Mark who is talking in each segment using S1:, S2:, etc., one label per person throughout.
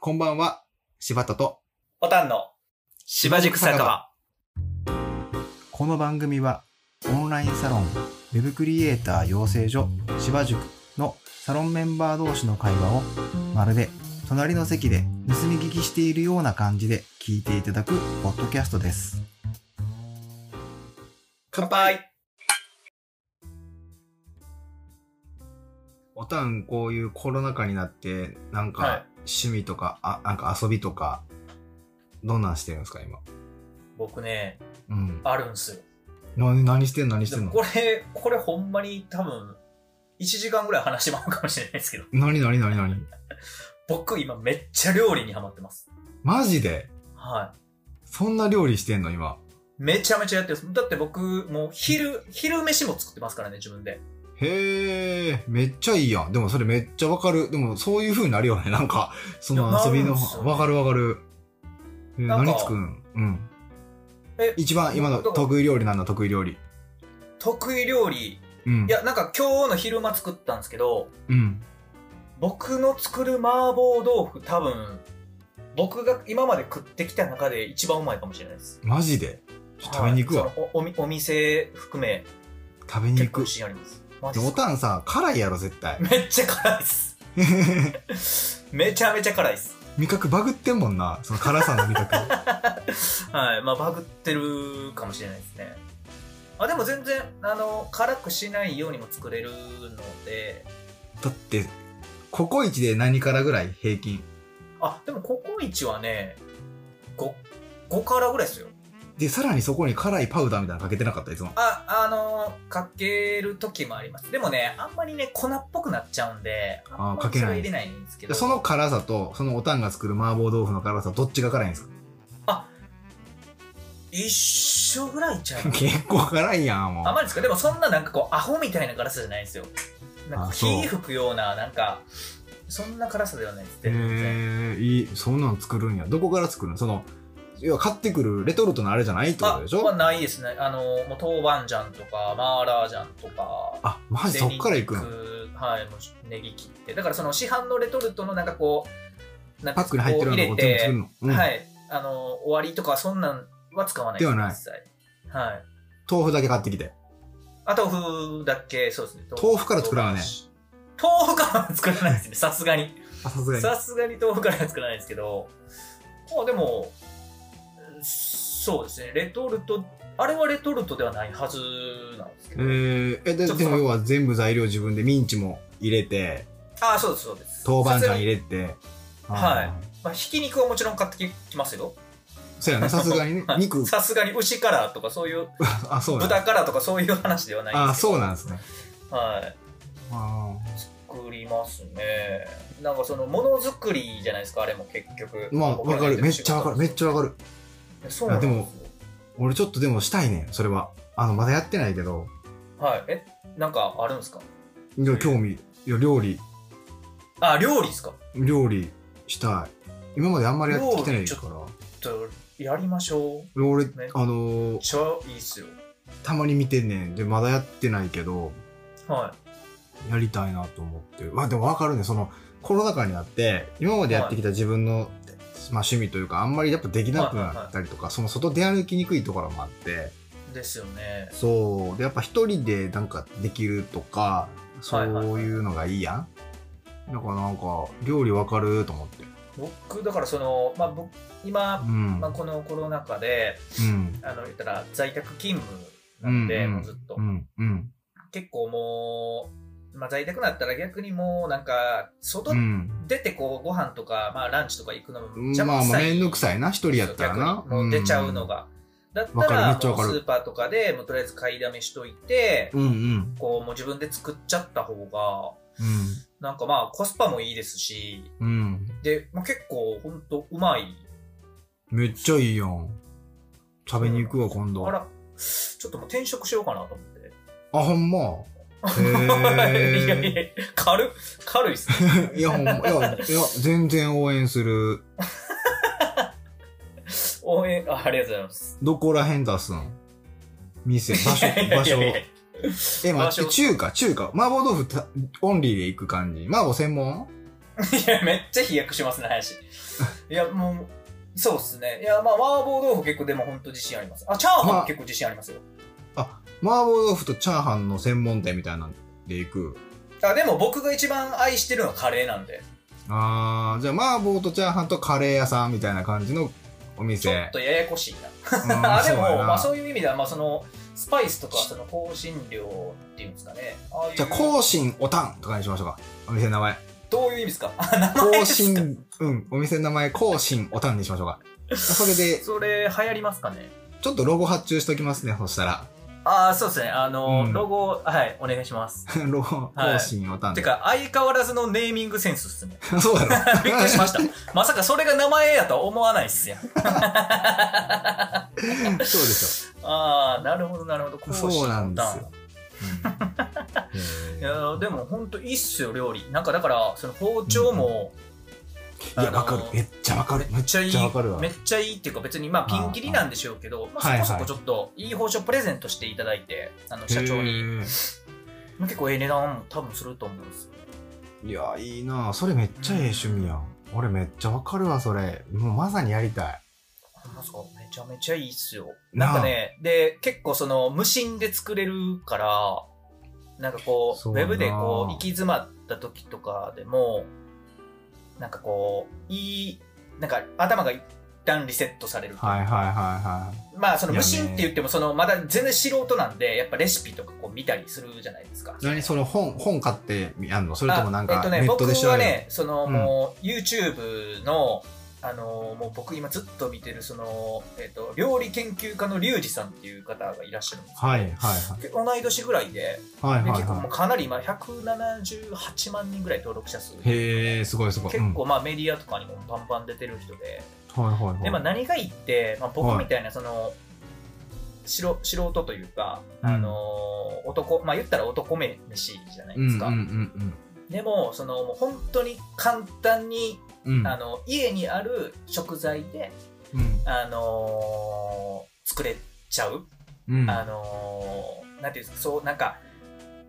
S1: こんばんは、柴田と。
S2: ボタンの芝塾酒場。
S1: この番組は、オンラインサロン、ウェブクリエイター養成所、芝塾のサロンメンバー同士の会話を、まるで隣の席で盗み聞きしているような感じで聞いていただくポッドキャストです。
S2: 乾杯
S1: おたん、こういうコロナ禍になって、なん
S2: はい
S1: か。趣味とか、あ、なんか遊びとか、どんなんしてるんですか、今。
S2: 僕ね、
S1: うん。
S2: あるんすよ。
S1: 何、何してんの何してんの
S2: これ、これほんまに多分、1時間ぐらい話してまうかもしれないですけど、
S1: 何何何何
S2: 僕今めっちゃ料理にハマってます。
S1: マジで
S2: は
S1: そんな料理してんの今。
S2: い。めちゃめちゃやってます。だって僕、もう昼、昼飯も作ってますからね、自分で。
S1: へえ、めっちゃいいやん。でもそれめっちゃわかる。でもそういう風になるよね。 なんか、そ
S2: い
S1: の
S2: や
S1: 遊びの、
S2: なるんすよね
S1: わかるわかる。え
S2: なんか
S1: 何作るんうん。
S2: え
S1: 一番今の得意料理なんだ、得意料理。
S2: 得意料理。
S1: うん
S2: い。や、なんか今日の昼間作ったんですけど、
S1: うん。
S2: 僕の作る麻婆豆腐多分、僕が今まで食ってきた中で一番うまいかもしれないです。
S1: マジでちょっと食べに行くわ
S2: はい。そのおおみお店含め、
S1: 食べに
S2: 結
S1: 行
S2: 構
S1: く
S2: 自。信あります。マ
S1: で
S2: ジっ
S1: お
S2: すか
S1: たんさ、辛いやろ、絶対。
S2: めっちゃ辛いです。 めちゃめちゃ辛いです。
S1: 味覚バグってんもんな。その辛さの味 覚。
S2: はい。まあ、バグってるかもしれないですね。あ、でも全然、あの、辛くしないようにも作れるので、
S1: だって、ココイチで何辛ぐらい平均。
S2: あ、でもココイチはね、5、5辛ぐらいですよ。
S1: で、さらにそこに辛いパウダーみたいなのかけてなかった、いつも。
S2: あ、あの、かける時もあります。でもね、あんまりね、粉っぽくなっちゃうんで、
S1: あ
S2: あんま
S1: かけ
S2: りそ
S1: な
S2: れ
S1: い
S2: 入れないんですけ
S1: で
S2: ど。
S1: その辛さと、そのおたんが作る麻婆豆腐の辛さ、どっちが辛いん ですか
S2: 一緒ぐらいちゃう
S1: 結構辛いやん、もう。
S2: あまりですかでもそんななんかこうアホみたいな辛さじゃないんですよなん
S1: あ
S2: か
S1: そう
S2: 火吹くようななんかそんな辛さではないです
S1: へ
S2: 全然
S1: えいい、そんなん作るんや。どこから作るのその、要は買ってくるレトルトのあれじゃないってことでし
S2: あまあ
S1: ょ
S2: ないですねあのもう豆板醤とかマーラー醤とか
S1: あ、マジそっから行くん
S2: んはいもうネギ切ってだからその市販のレトルトのなんかこうなん
S1: パ
S2: か
S1: ックに入ってるようなのを
S2: こう入
S1: 全部
S2: れて
S1: 作るの。うん
S2: はいあの終わりとかそんなんは使わない
S1: ではない
S2: 実際はい
S1: 豆腐だけ買ってきて。
S2: あ豆腐だけそうですね
S1: 豆腐から作らないね
S2: 豆腐からは作らないですねさすがに
S1: あ、さすがに。
S2: さすがに豆腐からは作らないですけど、まあでも、そうですね、レトルト、あれはレトルトではないはずなんですけ
S1: え
S2: ど、
S1: ー、えで
S2: ちょっと
S1: でも要は全部材料自分でミンチも入れて、
S2: ああ、そうです、そうです。
S1: 豆板醤
S2: さす
S1: 入
S2: が
S1: れ
S2: に
S1: て。
S2: はい
S1: あ
S2: まあ、ひき肉はもちろん買ってきますよ。。
S1: ー。そうやね、さすがにね
S2: はい
S1: 肉、
S2: さすがに牛からとか、そういう、
S1: あ、そうなん
S2: 豚からとか、そういう話ではない
S1: あ、
S2: ですけど。
S1: そうなんですね。
S2: はい。
S1: あー
S2: 作りますね。なんかその、ものづくりじゃないですか、あれも結局。
S1: まあ、わかる。めっちゃわかる。めっちゃわかる。
S2: ゃ。そうなんです
S1: いや
S2: よ
S1: で。俺ちょっとでもしたいねんそれはあのまだやってないけど
S2: はい。え、なんかあるんですか
S1: いや興味いや料理
S2: あ、料理ですか
S1: 料理したい今まであんまりやってきてないか
S2: ちょっとやりましょう。
S1: ら俺、
S2: ね
S1: あの
S2: め
S1: ー
S2: っちゃいいっすよ。
S1: たまに見てんねんでまだやってないけど
S2: は
S1: やりたいなと思ってまあでも分かるねそのコロナ禍になって今までやってきた自分の、まあ、趣味というかあんまりやっぱできなくなったりとか、その外出歩きにくいところもあって
S2: い。ですよね。
S1: そうでやっぱ一人でなんかできるとかそ
S2: はいはいはいう
S1: いうのがいいやん、だからなんか料理分かると思って
S2: 僕、だからその、まあ、僕今
S1: う、ん、
S2: まあ、このコロナ禍で、
S1: うん
S2: あの、言ったら在宅勤務なんで、
S1: うん
S2: もうずっと
S1: う。んうん
S2: 結構もう、まあ、在宅なったら逆にもう、なんか、外
S1: うん
S2: 出てこう、ご飯とか、まあ、ランチとか行くのも
S1: まあまあ面倒くさいな一人やったらな
S2: 逆にもう出ちゃうの
S1: が
S2: が。だった
S1: わかるめ
S2: ら、
S1: っちゃわ
S2: も
S1: かる
S2: うスーパーとかで、もうとりあえず買いだめしといて、
S1: うんうん
S2: こう、もう自分で作っちゃった方が、
S1: うん
S2: なんかまあコスパもいいですし、
S1: うん
S2: で、まあ、結構ほんとうまい。
S1: めっちゃいいやん食べに行くわ今度
S2: あ
S1: あ
S2: ら、ちょっともう転職しようかなと思って。
S1: ほん まへ
S2: いやい
S1: え
S2: や、軽っ、軽いっす ね。
S1: いやほんまいやいや全然応援する
S2: 応援あ、ありがとうございます。
S1: どこら辺出すん店場所 場所
S2: いやいやいや
S1: え、
S2: 場
S1: 待っ
S2: 所
S1: て、中華、中華。麻婆豆腐たオンリーで行く感じ。麻婆専門
S2: いや、めっちゃ飛躍しますね、林。いや、もう、そうっすね。いや、まあ、麻婆豆腐結構でも本当自信あります。あ、チャーハンも結構自信ありますよ。
S1: 麻婆豆腐とチャーハンの専門店みたいなんで行く。
S2: あ、でも僕が一番愛してるのはカレーなんで、
S1: あー、じゃあ麻婆とチャーハンとカレー屋さんみたいな感じのお
S2: ち
S1: 店。
S2: ょっとややこしいな。
S1: うん
S2: あでも
S1: そうやな
S2: まあ、そういう意味では、まあ、そのスパイスとかその香辛料っていうんですかねああいう
S1: じゃあ、更新おたんとかにしましょうか。お店の名前。
S2: どういう意味ですか あ名前
S1: 更
S2: ですか
S1: 新、うん、お店の名前、更新おたんにしましょうか。それで、
S2: それ流行りますかね
S1: ちょっとロゴ発注しときますね、そしたら。
S2: ああそうですねあの、
S1: うん
S2: ロゴはいお願いします
S1: ロゴ、
S2: はい
S1: 更新おたん
S2: て
S1: で。
S2: か相変わらずのネーミングセンスっすね
S1: そう だろ。
S2: びっくり しましたまさかそれが名前やとは思わないっすやんあ
S1: そうです
S2: あなるほどなるほどこ
S1: よ。そうなんですよ。
S2: いやーでも本当いいっすよ料理なんかだからその包丁も、
S1: いや、わか
S2: あ
S1: る
S2: の。ー
S1: めっちゃわかる。
S2: めっちゃいい
S1: わかるわ
S2: め。っちゃいいっていうか別にまあピンキリなんでしょうけどま
S1: は
S2: あ、
S1: いはい
S2: そこそこちょっといい包丁プレゼントしていただいてあの社長
S1: へ
S2: に
S1: ー
S2: 結構ええ値段多分すると思うんですよ
S1: いや、いいなそれめっちゃええ趣味やん。俺めっちゃわかるわ、それ。もうまさにやりたい。
S2: ほんまっすかめちゃめちゃいいっすよ
S1: なあ
S2: なんかねで結構その無心で作れるからなんかこう
S1: そ
S2: ウ
S1: うや
S2: ェ
S1: な
S2: ブでこう行き詰まった時とかでもなんかこういいなんか頭が一旦リセットされるというか
S1: はいはいはいはい。
S2: まあその
S1: いや
S2: 無
S1: ね
S2: 心って言ってもそのまだ全然素人なんでやっぱレシピとかこう見たりするじゃないですか。
S1: 何その本、本買ってやんのそれともなん
S2: あえ
S1: か
S2: っと
S1: ネ
S2: ね
S1: ットで調べ
S2: 僕は
S1: るの
S2: ねその
S1: うん
S2: もう YouTube の、あのもう僕今ずっと見てるその、えっと料理研究家のリュウジさんっていう方がいらっしゃるんです
S1: はいはいはい。
S2: けど同い年ぐらいで
S1: はい
S2: で
S1: はい
S2: 結構も
S1: は
S2: うかなり今178万人ぐらい登録者数
S1: い。へえ、すごいすごい。
S2: 結
S1: うん
S2: 構まあメディアとかにもバンバン出てる人で。
S1: はいはいは
S2: で
S1: い。
S2: まあ、何がいいって、まあ、僕
S1: はい
S2: みたいなその、素素人というか、
S1: うん
S2: あのー男まあ言ったら男目飯じゃない
S1: うん
S2: で
S1: う
S2: す
S1: ん
S2: か、でもそのもう本当に簡単に、
S1: うんうん。うん
S2: あの家にある食材で、
S1: うん
S2: あのー作れちゃう、
S1: うん。
S2: あのーなんていうんですかそうなんか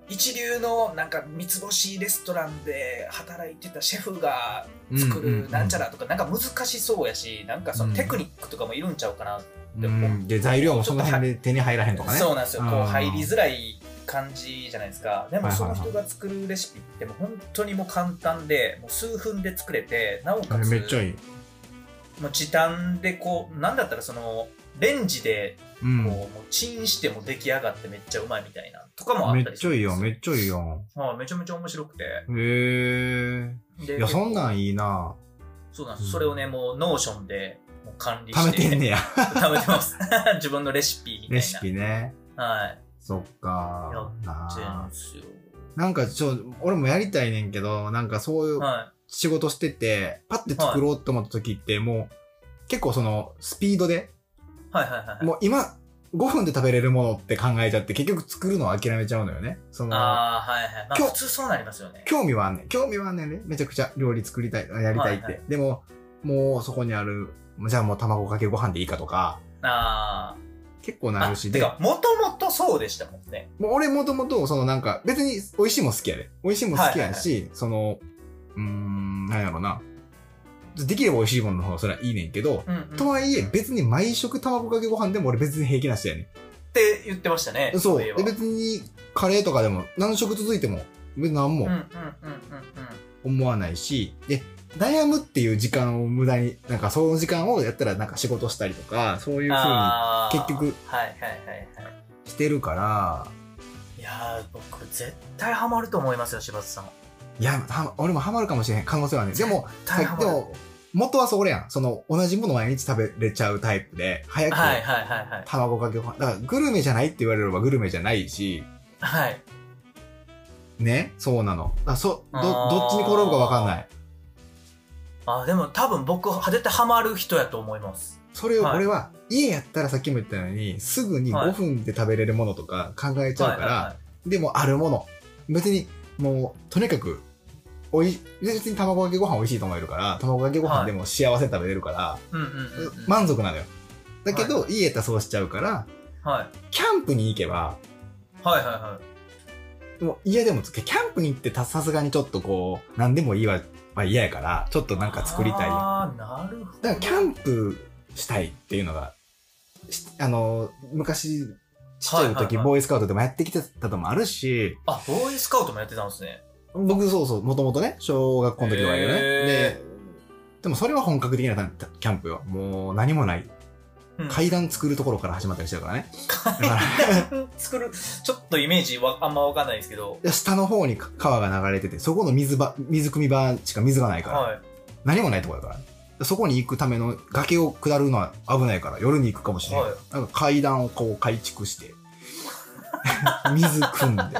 S2: 一流のなんか三つ星レストランで働いてたシェフが作
S1: うんうんう
S2: る
S1: ん
S2: なんちゃらとかなんか難しそうやしなんかそのテクニックとかもいるんちゃうかなでも
S1: うんで材料もその辺で手に入らへんとかね
S2: そうなんですよこ
S1: う
S2: うん入りづらい感じじゃないですかでも
S1: はいはい
S2: そ
S1: は
S2: の
S1: い
S2: 人が作るレシピってもう本当にもう簡単でもう数分で作れてなおかつ
S1: めっちゃいい、
S2: もう時短でこうなんだったらそのレンジで
S1: う、
S2: こうんもうチンしても出来上がってめっちゃうまいみたいなとかもあ
S1: め
S2: った
S1: っ
S2: り
S1: ちゃいいよめ
S2: め
S1: っちゃいいよ
S2: めちゃめちゃ面白くて
S1: へえ
S2: で
S1: いやそんな
S2: 結
S1: んいいな
S2: 構そうなんで
S1: う
S2: す
S1: ん
S2: それをねもうノーションでもう管理
S1: 貯
S2: し
S1: め
S2: て
S1: てんねや
S2: 食べてます 自分のレシピみたいな
S1: レシピね
S2: はい
S1: そっか
S2: い
S1: な
S2: そうなん
S1: あ
S2: ですよ
S1: なんかちょ俺もやりたいねんけどなんかそういう
S2: は
S1: 仕事しててパッて作ろうと思った時ってもう結構そのスピードで
S2: いはいはいはいはい
S1: もう今5分で食べれるものって考えちゃって結局作るのを諦めちゃうのよねその
S2: ああ、はいはい。まあ、
S1: 今日
S2: 普通そうなりますよね。
S1: 興味はあんねん。興味はあんねんね。めちゃくちゃ料理作りたい、やりたいって。
S2: はいは
S1: でも、もうそこにある、じゃあもう卵かけご飯でいいかとか、
S2: あ
S1: 結構
S2: あ。
S1: なるし、
S2: て
S1: で、
S2: か、もともとそうでしたもんね。
S1: もう俺もともと、そのなんか、別に美味しいもん好きやで。美味しいもん好きやし、その、うーん、なんやろな。できれば美味しいものの方がそれはいいねんけど、
S2: うん、うん。
S1: と
S2: っ
S1: はいえ、別に毎食卵かけご飯でも俺別に平気な人やね
S2: て言ってましたね。
S1: ん。そう。
S2: い
S1: で
S2: えば
S1: 別にカレーとかでも何食続いても、別に何も、
S2: うんうんうんうん。
S1: 思わないし、で、悩むっていう時間を無駄に、なんかその時間をやったらなんか仕事したりとか、そういううん風
S2: ああ。
S1: 結局。
S2: はいはいはいは
S1: にしてるから、
S2: い。いやー、僕、絶対ハマると思いますよ、柴田さん。
S1: いや、は俺もハマるかもしれへん、可能性はね。でも、さ
S2: 絶対
S1: っ
S2: ハ
S1: き
S2: マ
S1: で
S2: る。
S1: も、元はそれやん。その、同じものを毎日食べれちゃうタイプで、早く
S2: はいはいはいはい。
S1: 卵かけご飯。だから、グルメじゃないって言われればグルメじゃないし、
S2: はい。
S1: ね、そうなの。だからそ、ど、
S2: あー
S1: どっちに転ぶかわかんない。
S2: あーでも多分僕、絶対ハマる人やと思います。
S1: それを
S2: はい
S1: 俺は、家やったらさっきも言ったように、すぐに
S2: はい
S1: 5分で食べれるものとか考えちゃうから、
S2: は
S1: でもあるもの。別に、もう、とにかく、おい、別に卵かけご飯美味しいと思えるから、卵かけご飯でも幸せに食べれるから、
S2: いはいはい。うんうんうん、うん。
S1: 満足なのよ。だけど、家やったらそうしちゃうから、
S2: はい。
S1: キャンプに行けば、
S2: はいはいはい。
S1: もう家でもつけ、キャンプに行ってたさすがにちょっとこう、何でもいいわ、まあ嫌やから、ちょっとなんか作りたい。だか
S2: ああ、なるほど。
S1: らキャンプしたいっていうのが、しあの、昔、ちっちゃい
S2: はいはい
S1: 時、
S2: はい
S1: ボーイスカウトでもやってきてたのもあるし、
S2: あ、ボーイスカウトもやってたんですね。
S1: 僕そうそう、もともとね、小学校の時はよね。
S2: へ
S1: で、でもそれは本格的なキャンプよ。もう何もない。
S2: うん
S1: 階段作るところから始まったりしてるから ね。だから
S2: 作る、ちょっとイメージはあんまわかんないですけど。
S1: 下の方に川が流れてて、そこの水場、水汲み場しか水がないから、
S2: はい。
S1: 何もないところだから。そこに行くための崖を下るのは危ないから、夜に行くかもしれない。
S2: はい
S1: なんか階段をこう改築して、 水汲んで、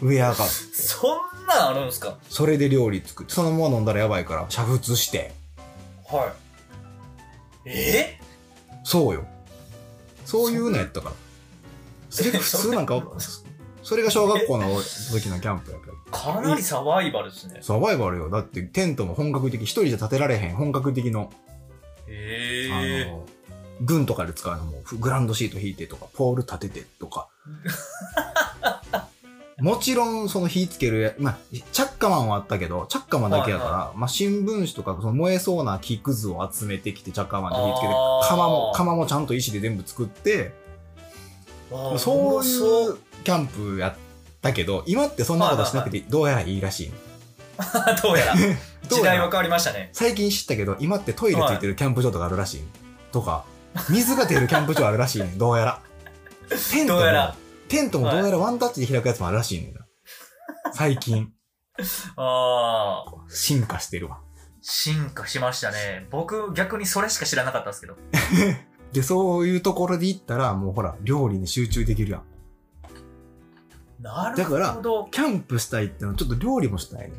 S1: 上上がって、
S2: そんなんあるんですか
S1: それで料理作って、そのまま飲んだらやばいから、煮沸して、
S2: はい。え
S1: そうよ。そういうのやったから。それが普通なんか、それが小学校の時のキャンプやから。
S2: かなりサバイバルですね。
S1: サバイバルよ。だってテントも本格的、一人じゃ建てられへん本格的の、
S2: へ
S1: あ
S2: え。
S1: の、軍とかで使うのもグランドシート引いてとか、ポール立ててと か。もちろん、その火つけるや、まあ、チャッカマンはあったけど、チャッカマンだけやから、
S2: は
S1: まあ、新聞紙とか、その燃えそうな木くずを集めてきて、チャッカマンで火つけて
S2: あ、ー
S1: 釜も、釜もちゃんと石で全部作って、
S2: あー
S1: そうい
S2: そう
S1: キャンプやったけど、今ってそんなことしなくて、どうやらいいらしい。
S2: どうや ら。
S1: どうや
S2: 時代
S1: ら
S2: は変わりましたね。
S1: 最近知ったけど、今ってトイレついてるキャンプ場とかあるらしい。とか、水が出るキャンプ場あるらしいね。どうや ら。テント
S2: ど
S1: も
S2: うやら、
S1: テントもどうやらワンタッチで開くやつもあるらしいねんな。最近、
S2: ああ、
S1: 進化してるわ。
S2: 進化しましたね。僕、逆にそれしか知らなかったんですけど。
S1: で、そういうところで行ったら、もうほら、料理に集中できるやん。
S2: なる
S1: だから
S2: ほど。
S1: キャンプしたいってのは、ちょっと料理もしたいね。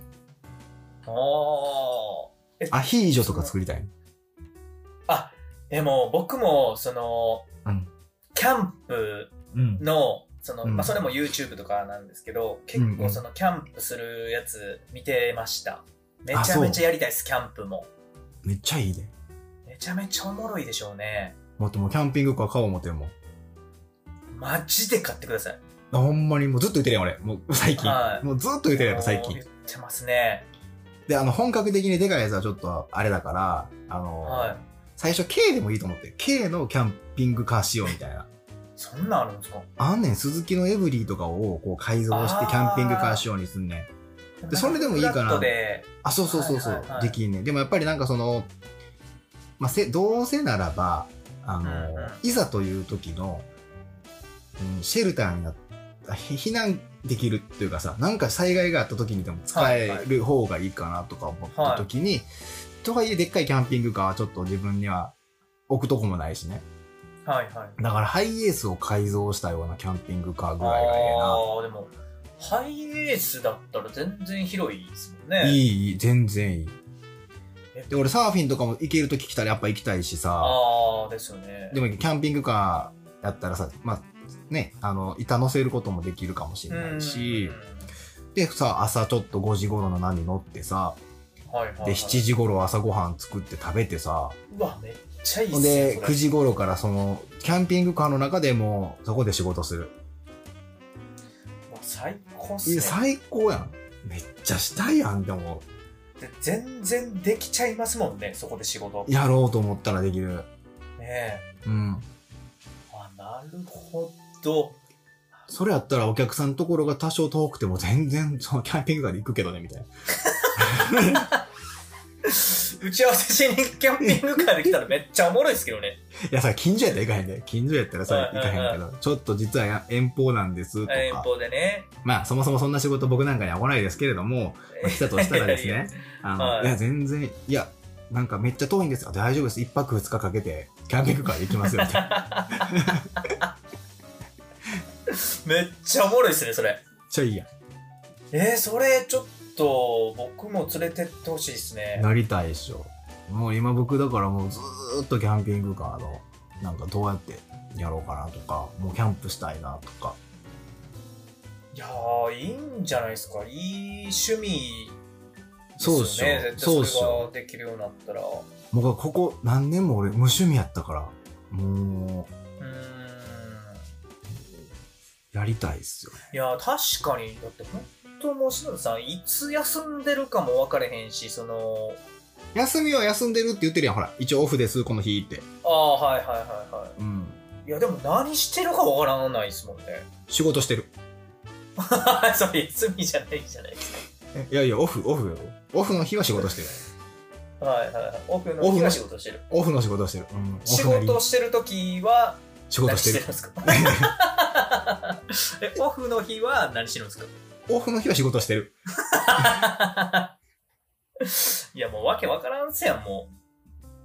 S2: ああ。
S1: アヒージョとか作りたいね。
S2: あ、でも僕も、その、
S1: うん
S2: キャンプ
S1: うん。
S2: の、その、
S1: うん
S2: まあ、それも YouTube とかなんですけど、結
S1: うんう
S2: 構
S1: ん
S2: そのキャンプするやつ見てました。め
S1: あ
S2: ちゃ
S1: そう
S2: めちゃやりたいです、キャンプも。
S1: めっちゃいいね。
S2: めちゃめちゃおもろいでしょうね。
S1: もっともうキャンピングカー買おう思ってんもん
S2: マジで買ってください。
S1: あほんまにもうずっと言ってるやん、俺。もう最近。
S2: はい
S1: もうずっと言ってるやん、最
S2: もう
S1: 近
S2: 言っ。てますね。
S1: で、あの、本格的にでかいやつはちょっとあれだから、あの、
S2: はい
S1: 最初 K でもいいと思って、K のキャンピングカーしようみたいな。
S2: そんなんあるんですか
S1: あんねん、スズキのエブリィとかをこう改造して
S2: あー
S1: キャンピングカー仕様にすんねん。でそれでもいいかな
S2: フラットで、
S1: あ、そうそうそうそう、
S2: はいはいはい
S1: できんねん。でもやっぱりなんかその、まあ、せ、どうせならば、あの、
S2: うんうん
S1: いざという時の、うん、シェルターになっあひ避難できるっていうかさ、なんか災害があった時にでも使え
S2: はい
S1: る方がいいかなとか思った時に、とはいえでっかいキャンピングカーはちょっと自分には置くとこもないしね。
S2: はいはい。
S1: だからハイエースを改造したようなキャンピングカー具合がええ
S2: あ
S1: な。
S2: あー、でも、ハイエースだったら全然広いですもんね。
S1: いい、いい、全然いい
S2: え。
S1: で、俺サーフィンとかも行けるとき来たらやっぱ行きたいしさ。
S2: ああ、ですよね。
S1: でもキャンピングカーやったらさ、まあね、あの、板乗せることもできるかもしれないし、でさ、朝ちょっと5時頃の波乗ってさ、
S2: うん、はいはいはい、
S1: で、7時頃朝ごはん作って食べてさ、
S2: うわ、めっちゃいいっ
S1: ほ
S2: す
S1: ん
S2: ね。
S1: で、
S2: それ
S1: 9時頃からその、キャンピングカーの中でもうそこで仕事する。
S2: もう最高っ
S1: い
S2: す
S1: や
S2: ね。
S1: 最高やん。めっちゃしたいやん、でも。
S2: で全然できちゃいますもんね、そこで仕事。ね
S1: やろうと思ったらできる。
S2: え。
S1: うん。
S2: あ、なるほど。
S1: それやったらお客さんのところが多少遠くても全然そのキャンピングカーで行くけどね、みたいな。
S2: 打ち合わせしにキャンピングカーで来たらめっちゃおもろいですけどね。
S1: いやさ、近所やったら行かへんで。近所やったらさ、
S2: はい
S1: 行かへんけど、ちょっと実はや遠方なんですとか。
S2: 遠方でね。
S1: まあ、そもそもそんな仕事僕なんかには来ないですけれども、まあ来たとしたらです
S2: いやい
S1: ね、あの、
S2: はい
S1: い、や、全然、いや、なんかめっちゃ遠いんですよ。大丈夫です。一泊二日かけて、キャンピングカーで行きます よ、みたいな。めっ
S2: めっちゃおもろいですね、それ。
S1: ちゃいいや
S2: えー、それちょっと僕も連れてってほしいですね
S1: ん。。なりたいでしょ。もう今僕だからもうずーっとキャンピングカーの、なんかどうやってやろうかなとか、もうキャンプしたいなとか。
S2: いやー、いいんじゃないですか。いい趣味です
S1: そう
S2: よ
S1: っ
S2: ね。
S1: しょ。
S2: 絶
S1: そうっ
S2: 対
S1: し
S2: それ
S1: ょ。
S2: ができるようになったら。う
S1: もうここ何年も俺無趣味やったから、もう、
S2: ーん。
S1: やりたいっすよね。
S2: いやー、確かに、だって本ともう篠田さん、いつ休んでるかも分かれへんし、その、
S1: 休みは休んでるって言ってるやん、ほら。一応オフです、この日って。
S2: ああ、はいはいはいは
S1: うん。
S2: い。いや、でも何してるか分からないですもんね。
S1: 仕事してる。
S2: それ休みじゃないじゃないです
S1: いやいや、オフ、オフよ。オフの日は仕 事してる。
S2: か。はいはいはい。オフの日は仕事してる。
S1: オフの仕事をしてる。うん、
S2: 仕
S1: オフなり
S2: 事してる時は
S1: 仕
S2: 何
S1: 事
S2: し
S1: して
S2: てる
S1: る
S2: んですか え、オフの日は何してるんですか
S1: オフの日は仕事してる。
S2: いや、もうわけわからんせやん、も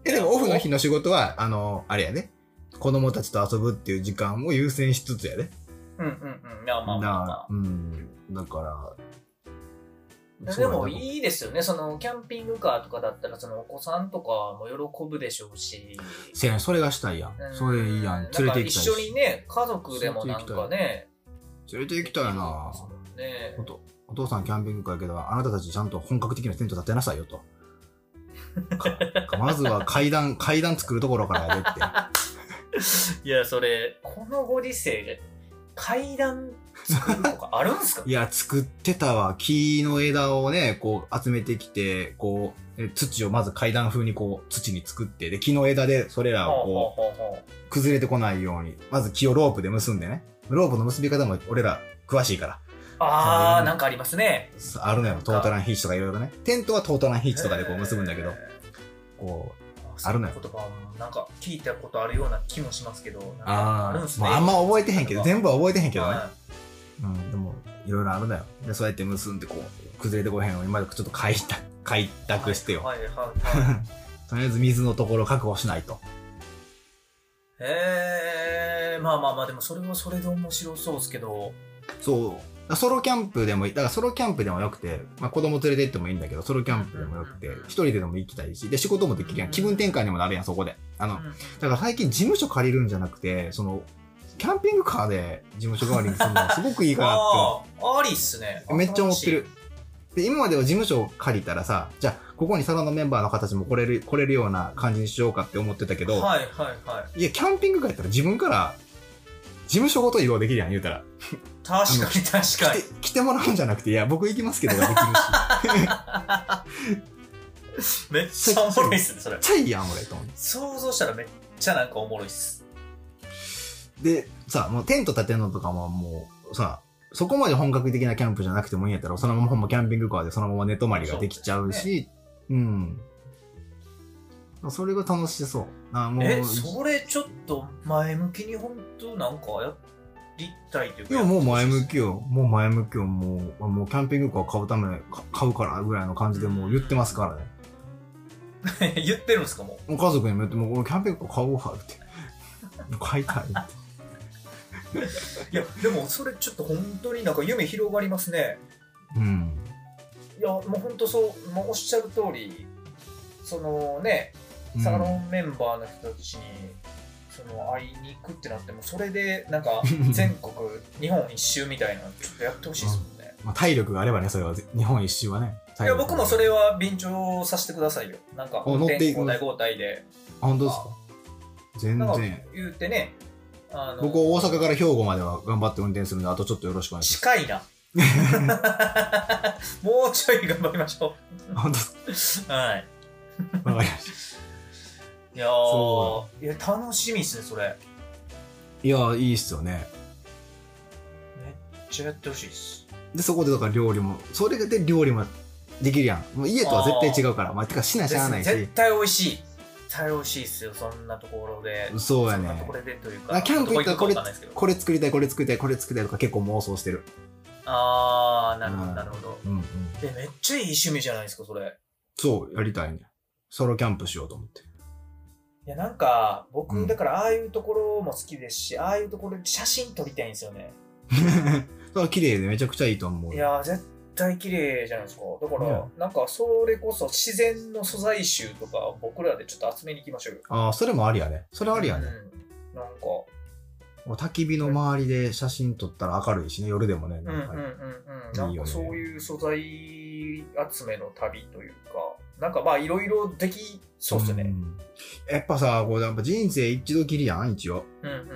S1: え、でもオフの日の仕事は、あの、あれやね。子供たちと遊ぶっていう時間を優先しつつやね。
S2: う。うんうんうん。いや、まあまあま
S1: な
S2: あ。
S1: うん。だから。
S2: でも
S1: い。
S2: いいですよね、そのキャンピングカーとかだったら、そのお子さんとかも喜ぶでしょうし、
S1: せやねんそれがしたいやん。それいいやん。連れて行きたいし。
S2: なんか一緒にね、家族でもなんかね、
S1: 連れて行きたいな
S2: そうね
S1: おとお父さんキャンピングカーやけど、あなたたちちゃんと本格的なテント建てなさいよと。かまずは階段、階段作るところからやでって。
S2: いや、それ、このご時世で階段作るとかあるんすか
S1: いや、作ってたわ。木の枝をね、こう集めてきて、こう、え土をまず階段風にこう土に作って、で、木の枝でそれらを
S2: ほう
S1: こ
S2: ほうほうほ
S1: う、崩れてこないように、まず木をロープで結んでね。ロープの結び方も俺ら詳しいから。
S2: うあー、なんかありますね。
S1: あるのよ、トータランヒーチとかいろいろね。テントはトータランヒーチとかでこう結ぶんだけど、こう、あるのよ
S2: そういう言葉もなんか聞いたことあるような気もしますけど、なんか
S1: あ
S2: るん
S1: ー
S2: すね。
S1: まあ、あんま覚えてへんけど、
S2: 部
S1: 全部は覚えてへん
S2: け
S1: けどね。うん、でも、いろいろあるだよ。で、そうやって結んで、こう、崩れてこへんように、まだちょっと開拓、開拓してよ。
S2: はいはいはいはい。
S1: とりあえず水のところ確保しないと。
S2: えー、まあまあまあ、でもそれはそれで面白そうですけど、
S1: そう。ソロキャンプでもいい。だからソロキャンプでもよくて、まあ子供連れて行ってもいいんだけど、ソロキャンプでもよくて、一人ででも行きたいし、で仕事もできるやん。気分転換にもなるやん、そこで。あの、だから最近事務所借りるんじゃなくて、その、キャンピングカーで事務所代わりにするのがすごくいいかなって思う。
S2: ああー、ありっすね。
S1: めっちゃ思ってる。で、今までは事務所を借りたらさ、じゃあ、ここにサロンのメンバーの方たちも来れる、来れるような感じにしようかって思ってたけ
S2: 楽しい。
S1: ど、
S2: はいはいはい。
S1: い、や、キャンピングカーやったら自分から、事務所ごと移動できるやん、言うたら。
S2: 確かに確か
S1: 来
S2: に
S1: て。、来てもらうんじゃなくて、いや、僕行きますけど ができるし。
S2: めっちゃおもろいっすね、それ
S1: めっ。ちゃいいやん、俺、と思って。
S2: 想像したらめっちゃなんかおもろいっす。
S1: で、さ、もうテント立てるのとかももう、さ、そこまで本格的なキャンプじゃなくてもいいんやったら、そのままほんまキャンピングカーでそのまま寝泊まりができちゃう
S2: そう
S1: し、うん。それが楽しそう。あもう
S2: え、それちょっと前向きに本当なんかやりたいという
S1: い
S2: か。
S1: や、もう前向
S2: き。
S1: きよ。もう前向きよ。もう、もうキャンピングカー買うため、か買うからぐらいの感じでもう言ってますからね。
S2: 言ってるんですか、も
S1: もう家族にも言って、もう俺キャンピングカー買おうわって。 買いたいって。
S2: う。いや、でもそれちょっと本当になんか夢広がりますね。
S1: うん。
S2: いや、もう本当そう、もうおっしゃる通り、そのね、
S1: うん
S2: サロンメンバーの人たちに、その会いに行くってなっても、それでな んか全国、日本一周みたいなのちょっとやってほしいですもんね。
S1: まあ、体力があればね、それは。日本一周はね。
S2: い
S1: 体
S2: や
S1: 力
S2: 僕もそ。れは便乗させてくださいよ。なんか、
S1: お乗っていく
S2: 交代交代で。
S1: あ本当ですか全
S2: なんか
S1: 然。
S2: 言うてね、あの
S1: 僕、大阪から兵庫までは頑張って運転するんで、あとちょっとよろしくお願いし
S2: 近いな。 もうちょい頑張りましょ
S1: ます。本 当です
S2: う。はい。
S1: かわかりました。
S2: いや
S1: そ
S2: ーいや楽しみですね、それ。
S1: いや、いいっすよね。
S2: めっちゃやってほしいです。
S1: で、そこでだから料理も、それで料理もできるやん。もう家とは絶対違うから。まあ、てか、しないしゃあない
S2: 絶
S1: し。
S2: 対美味しい。絶対美味しいですよ、そんなところで。
S1: そうや
S2: んなと
S1: ね
S2: こ。ろでというか。
S1: あキャンプ行ったら
S2: ど
S1: こ
S2: こ
S1: れ
S2: かわかんないですけど
S1: これ作りたいこれ作りたいこれ作りたいとか結構妄想してる
S2: あー、なるほ
S1: う
S2: ど、
S1: ん
S2: なるほど。
S1: うんうん
S2: え、めっちゃいい趣味じゃないですか、それ。
S1: そうやりたいねソロキャンプしようと思 って
S2: いやなんか僕、
S1: うん
S2: だからああいうところも好きですしああいうところで写真撮りたいんですよね、
S1: それは綺麗でめちゃくちゃいいと思う
S2: いやー絶対綺麗じゃないですかだから、
S1: ね
S2: なんかそれこそ自然の素材集とか僕らでちょっと集めに行きましょうよ
S1: ああそれもありやねそれありやね、
S2: うん、なんか
S1: もう焚き火の周りで写真撮ったら明るいしね夜でもね
S2: うん
S1: な
S2: うんうんん
S1: か、
S2: うん
S1: いいよ
S2: な
S1: ね
S2: んかそういう素材集めの旅というかなんかまあいろいろできそうっすよね、
S1: んやっぱさ、こうやっぱ人生一度きりやん、一応。
S2: うんうんうん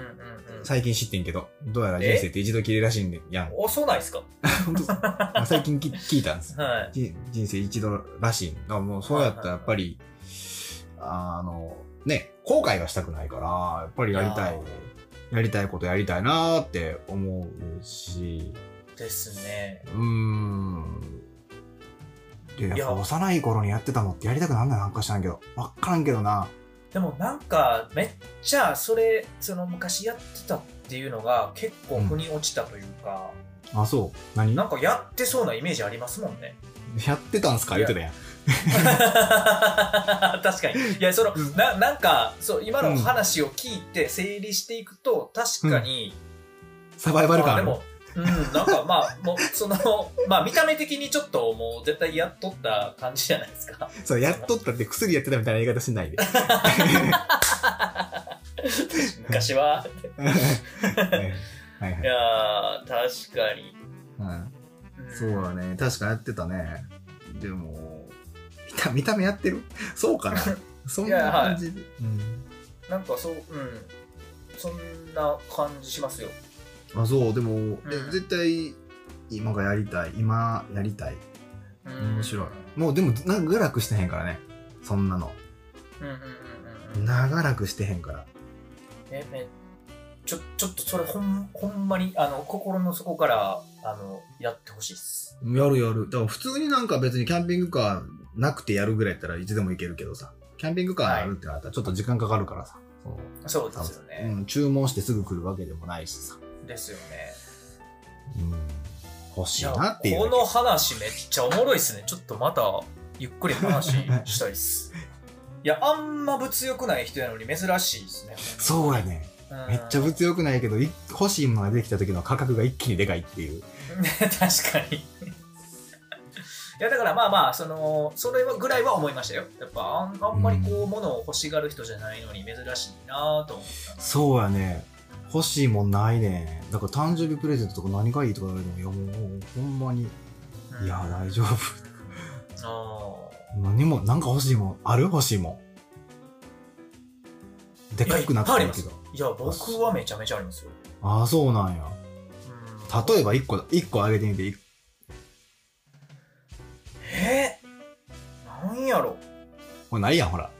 S2: うん。
S1: 最近知ってんけど、どうやら人生って一度きりらしいんで、や ん。
S2: 遅ないっすか
S1: 本当まあ最近き聞いたんです。
S2: はい。
S1: じ人生一度らしい。だからもうそうやったらやっぱり、あの、ね、後悔はしたくないから、やっぱりやりたい
S2: あ。
S1: やりたいことやりたいなーって思うし、
S2: ですね。
S1: うーん。で、やっ
S2: いや
S1: ぱ幼い頃にやってたのってやりたくなんないなんか知らんけど。わっからんけどな。
S2: でもなんか、めっちゃ、それ、その昔やってたっていうのが結構腑に落ちたというか、
S1: あ、そう。何
S2: なんかやってそうなイメージありますも んね。
S1: やってたんすか言ってたやん。
S2: 確かに。いや、その
S1: うん、
S2: な、なんか、そう、今
S1: う
S2: の
S1: ん
S2: 話を聞いて整理していくと、確かに、
S1: サバイバル
S2: ま
S1: 感
S2: あ
S1: あ
S2: で
S1: る。
S2: も、うん、なんかまあ、もう、その、 まあ見た目的にちょっともう絶対やっとった感じじゃないですか。
S1: そう、やっとったって薬やってたみたいな言い方し ないで。
S2: 昔は。
S1: はいはい
S2: い。やー、確かに。
S1: うん
S2: ん
S1: そうだね。確かやってたね。でも、見た見た目やってる そう かなそんな感じで。
S2: なんかそう、うん。そんな感じしますよ。
S1: うんあ、そう、でも、で
S2: うん
S1: 絶対、今がやりたい。今やりたい。
S2: うん
S1: 面白い。もうでも、長くしてへんからね。そんなの。
S2: うんうんうんうん。
S1: 長くしてへんから。
S2: え、めちょ、ちょっとそれほん、ほんまに、あの、心の底から、あの、やってほしいっす。
S1: やるやる。だから普通になんか別にキャンピングカーなくてやるぐらいやったらいつでも行けるけどさ。キャンピングカーやるってなったらちょっと時間かかるからさ。そう
S2: そうですよね。
S1: うん、注文してすぐ来るわけでもないしさ。
S2: ですよね。
S1: 欲しいなっていう
S2: こ
S1: だけ。
S2: の話めっちゃおもろいっすねちょっとまたゆっくり話したいっすいやあんま物欲ない人やのに珍しいですね
S1: そうやね。めっちゃ
S2: うん
S1: 物欲ないけど、い欲しいものができた時の価格が一気にでかいっていう。
S2: 確かにいやだからまあまあそのそれはぐらいは思いましたよやっぱあんあんまりこう物を欲しがる人じゃないのに珍しいなと思った
S1: そうやね。欲しいもんないね。だから誕生日プレゼントとか何がいいとか言われても、いやもう、ほんまに、
S2: うん
S1: いや、
S2: あ
S1: 大丈夫。
S2: ー
S1: 何も、なんか欲しいもん、ある欲しいもん。でかくなってるけ
S2: いやいっぱいありま
S1: ど。
S2: いや僕はめちゃめちゃありますよ、
S1: ああ、そうなんや。
S2: うん
S1: 例えば一個だ、一個あげてみて、一
S2: えなんやろ
S1: 個。これないやん、ほら。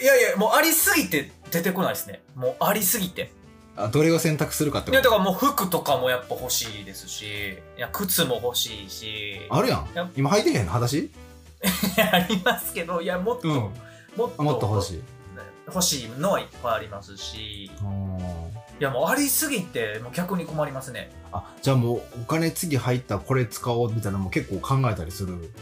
S2: いやいや、もうありすぎて出てこないですね。もうありすぎて。
S1: あどれを選択するかって
S2: い
S1: こ
S2: や、だ
S1: と。
S2: からもう服とかもやっぱ欲しいですし、いや、靴も欲しいし、
S1: あるやん
S2: やっ。
S1: 今履いてへんの裸足
S2: ありますけど、いや、もっと、
S1: うん
S2: もっと、
S1: もっと欲し
S2: い。
S1: い。
S2: 欲しいのはいっぱいありますし、いや、もうありすぎて、もう逆に困りますね。
S1: あじゃあもうお金次入ったらこれ使おうみたいなのも結構考えたりする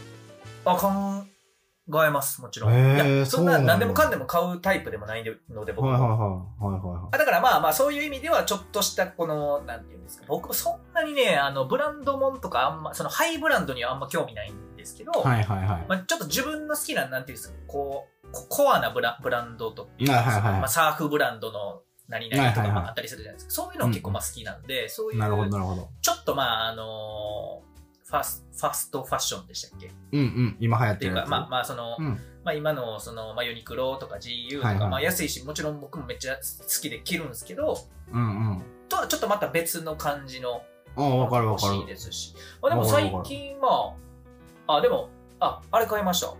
S2: あ、考えます、もちろん。
S1: へー
S2: いや、
S1: そ
S2: そん
S1: うな
S2: な、
S1: んだ
S2: 何でもかんでも買うタイプでもないので、僕
S1: はいはいは
S2: は。
S1: いはいはいは
S2: あだからまあまあそういう意味ではちょっとしたこのなんていうんですか僕もそんなにねあのブランドもんとかあんまそのハイブランドにはあんま興味ないんですけど、
S1: いはいはいはい
S2: まあ、ちょっと自分の好きななんていうんですかこうココアなブラブランドというか、
S1: はいはいはい
S2: まあ、サーフブランドの何々と
S1: はい
S2: か
S1: はいはい
S2: まああったりするじゃないですか、そういうの結構まあ好きなんで、そうい
S1: なるほど
S2: う
S1: なるほど
S2: ちょっとまああのファスファストファッションでしたっけっ
S1: うんうん今流行ってて
S2: い
S1: る
S2: う
S1: や
S2: か
S1: つ
S2: まあまあその、
S1: うん
S2: まあ、今のその、まあ、ユニクロとか GU とか、
S1: はいはい
S2: まあ、安いしもちろん僕もめっちゃ好きで着るんですけど、
S1: うんうん
S2: とはちょっとまた別の感じの
S1: ああ分かる分か
S2: 欲しい
S1: る
S2: ですし、まあ、でも
S1: わかる
S2: 最
S1: わかる
S2: 近まああでもああれ買いました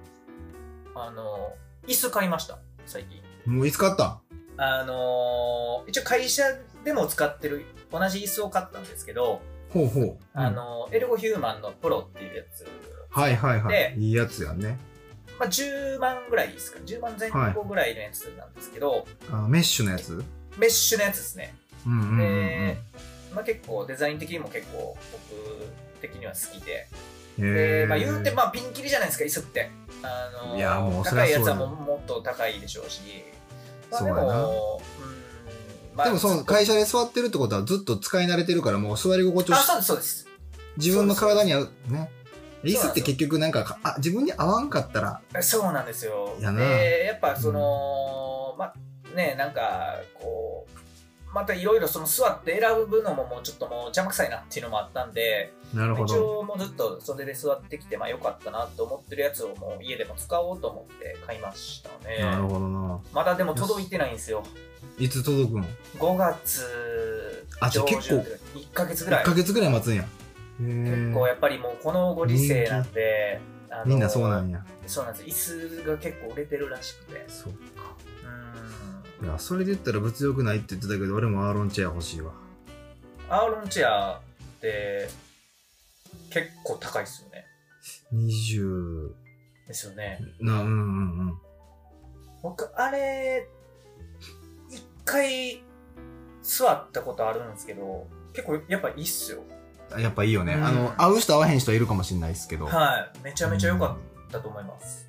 S2: あの椅子買いました最近
S1: もういつ買った
S2: あの一応会社でも使ってる同じ椅子を買ったんですけど、
S1: ほうほう
S2: あのエルゴヒューマンのプロっていうやつ、
S1: はいはいはい
S2: で
S1: いいやつやんね
S2: まあ、10万ぐらいですか10万前後ぐらいのやつなんですけど、
S1: あのメッシュのやつ
S2: メッシュのやつですね
S1: うんうんうんうん
S2: でまあ、結構デザイン的にも結構僕的には好きで
S1: へ
S2: で
S1: え
S2: まあ、言うて、まあ、ピンキリじゃないですか、椅子って。あの
S1: いやもうそりゃ
S2: 高いやつは
S1: そう
S2: も
S1: だ
S2: うもっと高いでしょうし、まあ、
S1: そう
S2: で
S1: やな
S2: も、うんまあ
S1: でもそ
S2: ず
S1: の
S2: っと
S1: 会社で座ってるってことはずっと使い慣れてるからもう座り心地を
S2: あ、そうです、そうです。
S1: 自分の体に合うね
S2: そう
S1: 椅子って結局なんかかあ自分に合わんかったら
S2: そうなんですよ。
S1: やな
S2: で、やっぱその、まあね、なんかこう、またいろいろその座って選ぶのももうちょっともう邪魔くさいなっていうのもあったんで、
S1: なるほ
S2: 一
S1: ど。
S2: 応もうずっと袖で座ってきて、まあ良かったなと思ってるやつをもう家でも使おうと思って買いました
S1: なる
S2: ね。
S1: ほどな。
S2: まだでも届いてないんですよ。
S1: いつ届くの
S2: 5月
S1: あじゃ
S2: 上
S1: あ
S2: 旬
S1: 結構
S2: 1ヶ月ぐら
S1: ?1
S2: い
S1: ヶ。月ぐらい待つんや。
S2: 結
S1: へ
S2: 構やっぱりもうこのご時世なんで、あの
S1: みんなそうなんや。
S2: そうなんです。椅子が結構売れてるらしくて。
S1: そうか。
S2: うん。
S1: いや、それで言ったら物欲ないって言ってたけど、俺もアーロンチェア欲しいわ。
S2: アーロンチェアって結構高いですよね。
S1: 20、
S2: ですよね。
S1: な、うんうんうん。
S2: 僕、あれ、一回座ったことあるんですけど、結構やっぱいいっすよ。
S1: あやっぱいいよね。
S2: うん
S1: あの、合う人合わへん人いるかもしれないですけど。め
S2: はい。めちゃめちゃ良かったと思います。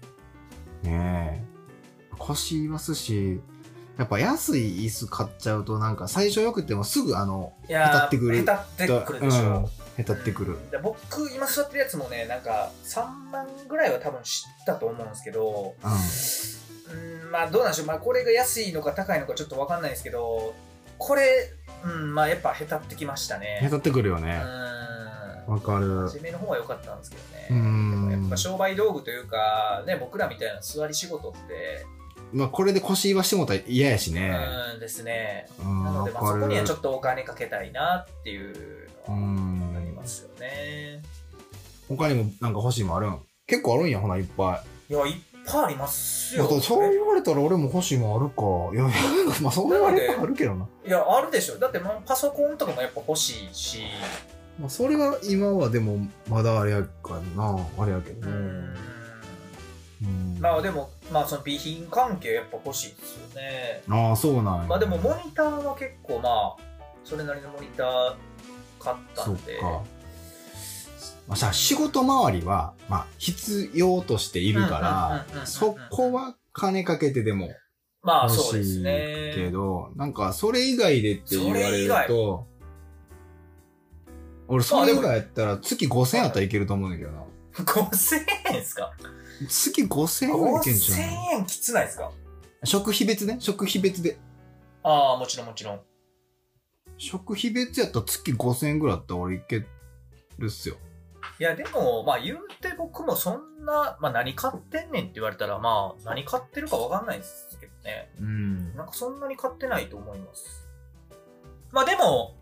S1: た。ねえ。腰言いますし、やっぱ安い椅子買っちゃうとなんか最初よくてもすぐあの、
S2: いやー、
S1: へたってくる
S2: へたってくるでし
S1: う
S2: ょ
S1: ん。へたってくる。
S2: で僕、今座ってるやつもね、なんか3万ぐらいは多分知ったと思うんですけど、
S1: うん。
S2: うん、まあどうなんでしょう、まあ、これが安いのか高いのかちょっと分かんないですけど、これ、うん、まあやっぱ下手ってきました
S1: へ
S2: ね。
S1: たってくるよ
S2: う
S1: ね。
S2: ん。
S1: わかる。
S2: 初めの方は良かったんですけどね。
S1: うん
S2: でもやっぱ商売道具というか、ね、僕らみたいな座り仕事って、
S1: まあこれで腰言わしてもらったら嫌やしね。
S2: うんですね。
S1: うん
S2: なので、まあ、
S1: わ
S2: そ
S1: かる
S2: こにはちょっとお金かけたいなっていう
S1: う
S2: の
S1: ん
S2: はありますよね。
S1: 他にもなんか欲しいもあるん結構あるんやほないっぱ
S2: いや、いっぱいあります
S1: いま
S2: よ。
S1: たそう言われたら俺も欲しいもあるかいやいやまあそう言われたらあるけどな、
S2: いや、あるでしょ。だって、まあパソコンとかもやっぱ欲しいし、
S1: まあ、それは今はでもまだあれやからなあれやけど
S2: う
S1: ね
S2: ん。
S1: うん
S2: まあでも、まあその備品関係やっぱ欲しいですよね。
S1: ああそうなんや
S2: まあでもモニターは結構まあ、それなりのモニター買った
S1: そ
S2: ん
S1: っ
S2: で。
S1: かまあさ仕事周りは、まあ、必要としているか
S2: うんうんうんうんうん
S1: らそこは金かけてでも
S2: まあ
S1: 欲
S2: そうです
S1: しい
S2: ね。
S1: けど、なんかそれ以外でって言われると俺それ以外やったら月5000円やったらいけると思うんだけどな
S2: 5000円ですか
S1: 月5000円はいけんじゃ
S2: ?5000
S1: ん
S2: 円きつないですか
S1: 食費別ね食費別で
S2: ああ、もちろんもちろん。
S1: 食費別やったら月5000円ぐらいだったら俺いけるっすよ
S2: いやでも、まあ言うて僕もそんな、まあ何買ってんねんって言われたら、まあ何買ってるかわかんないですけどね。
S1: うん
S2: なんかそんなに買ってないと思います。まあでも、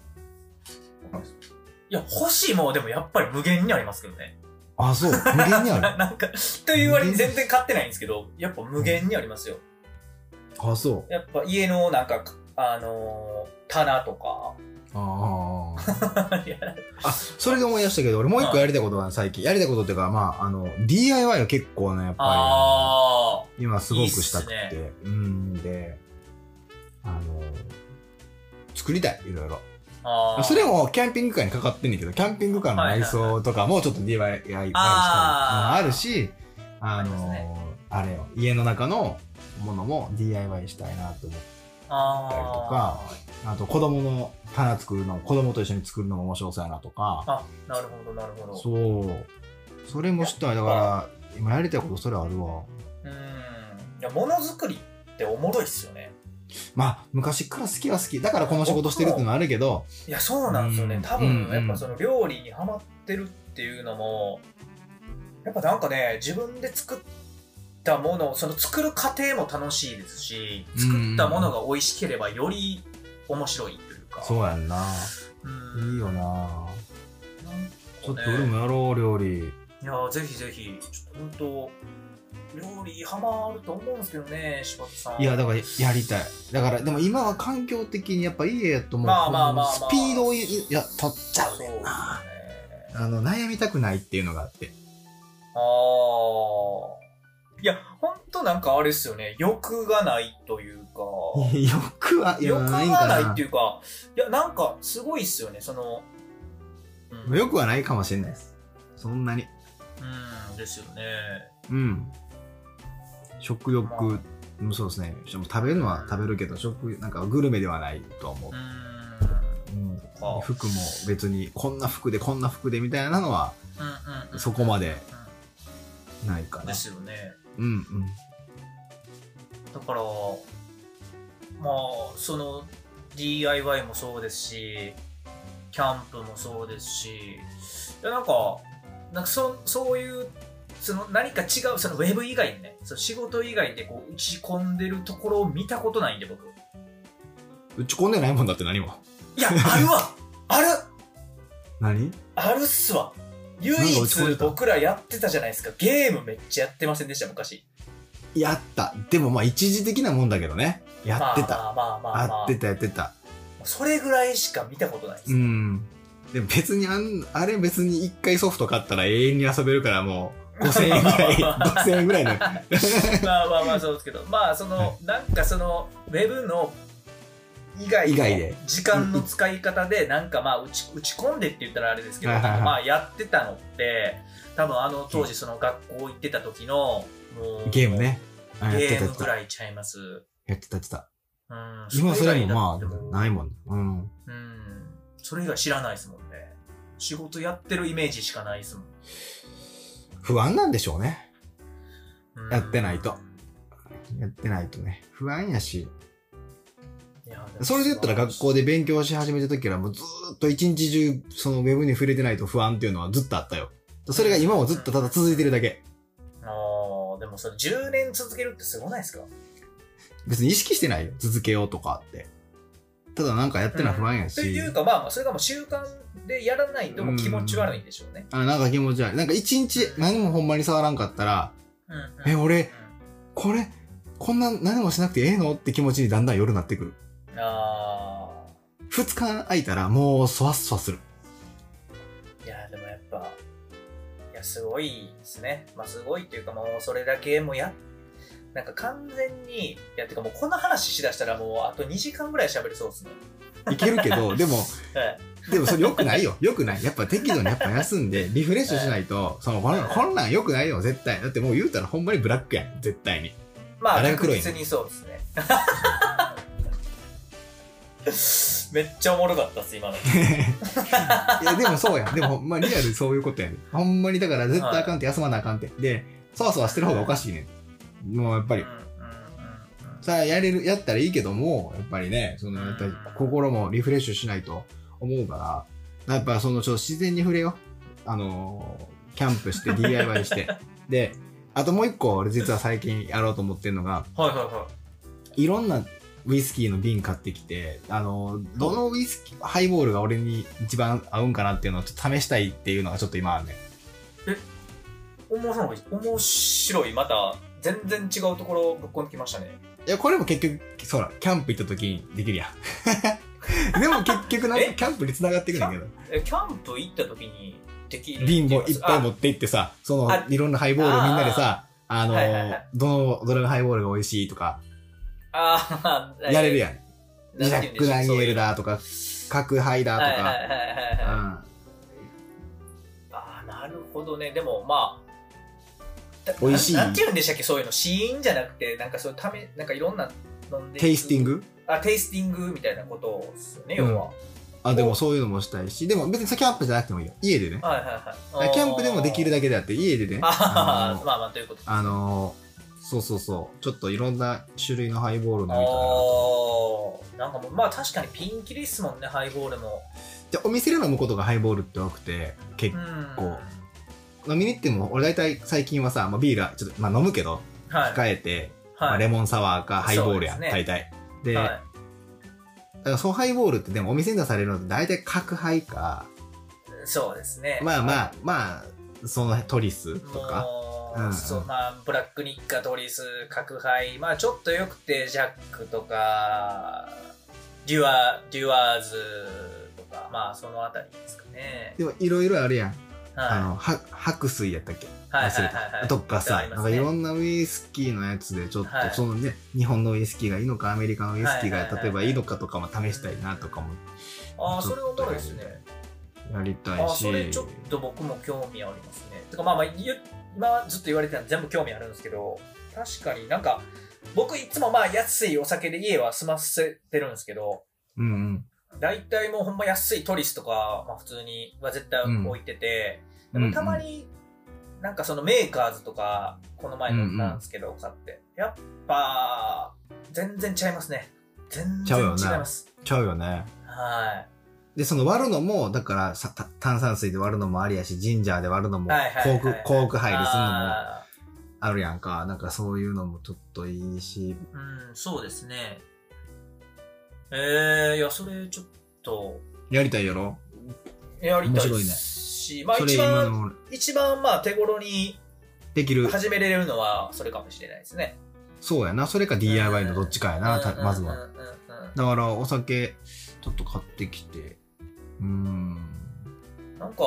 S2: いや、欲しいもんはでもやっぱり無限にありますけどね。
S1: あそう無限に ある
S2: なんか、という割に全然買ってないんですけど、やっぱ無限にありますよ。
S1: あそう
S2: やっぱ家のなんか、あのー棚とか。
S1: ああ
S2: いや
S1: あそれで思い出したけど俺もう一個やりたいことが最近やりたいことっていうかまああの DIY は結構ねやっぱり
S2: あ
S1: 今すごくしたくて
S2: いいっす
S1: うんであの作りたいいろいろ
S2: ーあー。
S1: それもキャンピングカーにかかってんねんけどキャンピングカーの内装とかもちょっと DIY したいの
S2: あ
S1: あ
S2: ー
S1: るしあ
S2: あります
S1: の
S2: ね
S1: あれよ家の中のものも DIY したいなと思った
S2: あ
S1: りとかあと子供の花作るの子供と一緒に作るのも面白そうやなとか
S2: ああ、なるほど、なるほど。
S1: そうそれもしたいだから今やりたいことそれあるわ
S2: うん。いや、ものづくりっておもろいっすよね。
S1: まあ昔から好きは好きだからこの仕事してるっていうのはあるけど
S2: いや、そうなんですよ
S1: う
S2: ね
S1: ん。
S2: 多
S1: う
S2: 分、
S1: ん
S2: やっぱその料理にハマってるっていうのも、やっぱなんかね、自分で作ったもの、その作る過程も楽しいですし、作ったものが美味しければより面白いというか。
S1: そうやんな
S2: う
S1: い
S2: ん。
S1: いよな
S2: なんか
S1: ちょっと
S2: ね
S1: 俺もやろう料理
S2: いやーぜひぜひ、ちょっと本当、料理ハマると思うんですけどね、柴田さん。
S1: いやだからやりたいだからでも今は環境的にやっぱ家やともう
S2: まあまあまあまあ
S1: スピードをいいや取っちゃう
S2: そう
S1: ね
S2: です
S1: ん
S2: ね。
S1: な
S2: あ
S1: あの悩みたくないっていうのがあって
S2: ー。いや、ほんとなんかあれですよね、欲がないというか、
S1: 欲はいや
S2: 欲が
S1: んか
S2: ないっていうか、いや、なんかすごいっすよね、その、うん、
S1: よくはないかもしれないですそんなに
S2: うんですよね。
S1: うん食欲、うんそうですねしかも食べるのは食べるけど食なんかグルメではないとは思う
S2: う、
S1: うん
S2: あ
S1: 服も別にこんな服でこんな服でみたいなのは
S2: ん、うんうんうん。
S1: そこまでないか
S2: で
S1: な
S2: すよね。
S1: うんうん
S2: だからまあその DIY もそうですしキャンプもそうですしいやなんかなんかそそういうその何か違うそのウェブ以外にねその仕事以外でこう打ち込んでるところを見たことないんで僕
S1: 打ち込んでないもんだって何も。
S2: いやあるわある
S1: 何
S2: あるっすわ唯
S1: なんか打ち込んで
S2: 一
S1: た
S2: 僕らやってたじゃないですかゲームめっちゃやってませんでした昔
S1: やった。でもまあ一時的なもんだけどね。やってた。
S2: まあまあまあまあ、ま
S1: や
S2: あ
S1: ってた、やってた。
S2: それぐらいしか見たことないです、
S1: うん。でも別にあん、あれ別に一回ソフト買ったら永遠に遊べるからもう5000円ぐらい、5000円ぐらい の。
S2: まあまあまあそうですけどまあその、
S1: は
S2: なんかそのウェブの以外
S1: 以外で
S2: の時間の使い方でなんかまあ打ち打ち込んでって言ったらあれですけど、
S1: はいはいはい
S2: まあやってたのって多分あの当時その学校行ってた時のもう
S1: ゲームね。あやってた
S2: ゲ
S1: や
S2: ー
S1: っ
S2: ム
S1: て
S2: ぐ
S1: た。
S2: らいちゃいます
S1: やってたやってた。
S2: うん
S1: 今それもま
S2: それ以外だっても
S1: あ、ないもん。うん。
S2: うんそれ以外知らないですもんね仕事やってるイメージしかないですもん、
S1: 不安なんでしょうね。
S2: うん
S1: やってないとやってないとね。不安やし。
S2: いやも
S1: それで言ったら学校で勉強し始めた時からもうずーっと一日中そのウェブに触れてないと不安っていうのはずっとあったよ。それが今もずっとただ続いてるだけ。
S2: ああ、でもそれ10年続けるってすごないですか
S1: 別に意識してないよ。続けようとかって。ただなんかやってるのは不安や
S2: と
S1: し。
S2: いうかまあまあそれがもう習慣でやらないともう気持ち悪いんでしょうね。
S1: あなんか気持ち悪い。なんか一日何もほんまに触らんかったら、
S2: うん
S1: え、
S2: うん
S1: 俺、これ、こんな何もしなくてええのって気持ちにだんだん夜なってくる。
S2: あ
S1: 二日空いたらもうそわそわする。
S2: あ、いやでもやっぱ、いやすごいですね。まあすごいっていうかもうそれだけもうや、なんか完全に、いやてかもうこの話しだしたらもうあと2時間ぐらい喋れそうですね。
S1: いけるけど、でも、
S2: はい
S1: でもそれ良くないよ。良くない。やっぱ適度にやっぱ休んで、リフレッシュしないと、その、こんこんなん良くないよ、絶対。だってもう言うたらほんまにブラックやん、絶対に。
S2: まあ
S1: あれが黒
S2: 確
S1: いね
S2: 実にそうです ね。めっちゃおもろかったっす、今の。
S1: いや、でもそうやん。でもほんまリアルそういうことやねん。ほんまにだから絶対あかんって休まなあかんって。で、そわそわしてる方がおかしいねん。もうやっぱ
S2: うん
S1: り
S2: うん。うんうん
S1: さあ、やれる、やったらいいけども、やっぱりね、その、やっぱり心もリフレッシュしないと思うから、やっぱその、ちょっと自然に触れよう。あのー、キャンプして、DIY して。で、あともう一個、俺実は最近やろうと思ってるのが、
S2: はいはいはい。
S1: いろんなウイスキーの瓶買ってきて、あのー、どのウイスキー、ハイボールが俺に一番合うんかなっていうのをちょっと試したいっていうのがちょっと今あるね。
S2: 面白い面白いまた全然違うところぶっこんできましたね
S1: いや、これも結局、そうだ、キャンプ行った時にできるやん。 でも結局なんか
S2: え
S1: キャンプに繋がってくるんだけど。
S2: えキャンプ行った時にできる
S1: 瓶もいっぱい持
S2: っ
S1: って行ってさ、その
S2: あ、
S1: いろんなハイボールをみんなでさ、あの
S2: はいはいはい、
S1: どの、どれがハイボールが美味しいとか、
S2: ああ
S1: やれるやん。ジ
S2: な
S1: ャ
S2: んて言うん
S1: ッ
S2: でしょ
S1: ク
S2: う
S1: ダニエル
S2: そう
S1: だとか、角ハイ
S2: いうはいはい
S1: だ
S2: はいはい
S1: と
S2: はい
S1: か、
S2: あーなるほどねでもまあ
S1: 美味しい
S2: ななんて言うんでしたっけそういうの試飲じゃなくてなんかそういうためなんかいろんな飲ん
S1: う
S2: で
S1: ん。テイスティング
S2: あテイスティングみたいなことですよね要
S1: うん
S2: は、
S1: あ、でもそういうのもしたいし、でも別にそれキャンプじゃなくてもいいよ。家でね。
S2: はいはいはい
S1: キャンプでもできる
S2: だ
S1: だけであって、家でね。あ
S2: あー
S1: の
S2: まあまあということ
S1: あの、そうそうそう。ちょっといろんな種類のハイボール飲みたいなと。
S2: あーなんかもうまあ確かにピンキリですもんねハイボールも
S1: じゃあお店で飲むことがハイボールって多くて、結
S2: う
S1: 構
S2: ん
S1: こ飲みに行っても、俺大体最近はさ、まあビールはちょっと、まあ飲むけど、
S2: はい
S1: 控えて、ま
S2: は
S1: あ、
S2: い
S1: レモンサワーかハイボールや、
S2: そうですね
S1: 大体。で、
S2: はい
S1: だからそのハイボールってでもお店に出されるのって大体角杯か、
S2: そうですね
S1: まあまあ、まあ、そのトリスとか、
S2: もう
S1: うんうん
S2: そうまあブラックニッカトリス角杯まあちょっとよくてジャックとかデュアデュアーズとかまあそのあたりですかね
S1: でもいろいろあるやん。あ
S2: は
S1: の、は白水やったっけ
S2: いはいはいはいはい
S1: とかさ、
S2: あり
S1: な
S2: ま
S1: ん
S2: す
S1: か
S2: ね
S1: いろんなウイスキーのやつでちょっと、
S2: はい
S1: そのね、日本のウイスキーがいいのか、アメリカのウイスキー
S2: はいはいはい
S1: が
S2: はい
S1: 例えばいいのかとかも試したいなとかも
S2: ああそれおもろいですね
S1: やりたい
S2: あー
S1: し、
S2: それちょっと僕も興味ありますね。てかまあまあ言う、まあ、ずっと言われてたんで全部興味あるんですけど確かになんか僕いつもまあ安いお酒で家は済ませてるんですけど
S1: うんうん。
S2: 大体もうほんま安いトリスとか、まあ、普通には絶対置いてて、
S1: うん
S2: でもたまになんかそのメーカーズとかこの前飲んだんですけど買ってやっぱ全然ちゃいますね全
S1: ちゃ
S2: 然
S1: う
S2: 違
S1: よね
S2: います。
S1: ちゃうよね。
S2: は
S1: で、その割るのも、だからさた炭酸水で割るのもありやし、ジンジャーで割るのも、
S2: い。はいはい
S1: コーク、コーク入りするのも
S2: あ
S1: あるやんか。なんかそういうのもちょっといいし。
S2: ーうん、そうですね。えー、いや、それちょっと、
S1: やりたいやろ
S2: やりたい
S1: 面白いね
S2: し、まあ
S1: それ
S2: 一
S1: 今
S2: 番、
S1: の俺
S2: 一番まあ手頃に
S1: できる。
S2: 始めれるのはそれかもしれないですね。
S1: そうやな。それか DIY のどっちかやな、た
S2: うんうん
S1: まず
S2: うんう
S1: は。
S2: んうん
S1: だからお酒、ちょっと買ってきて。うーん。
S2: なんか、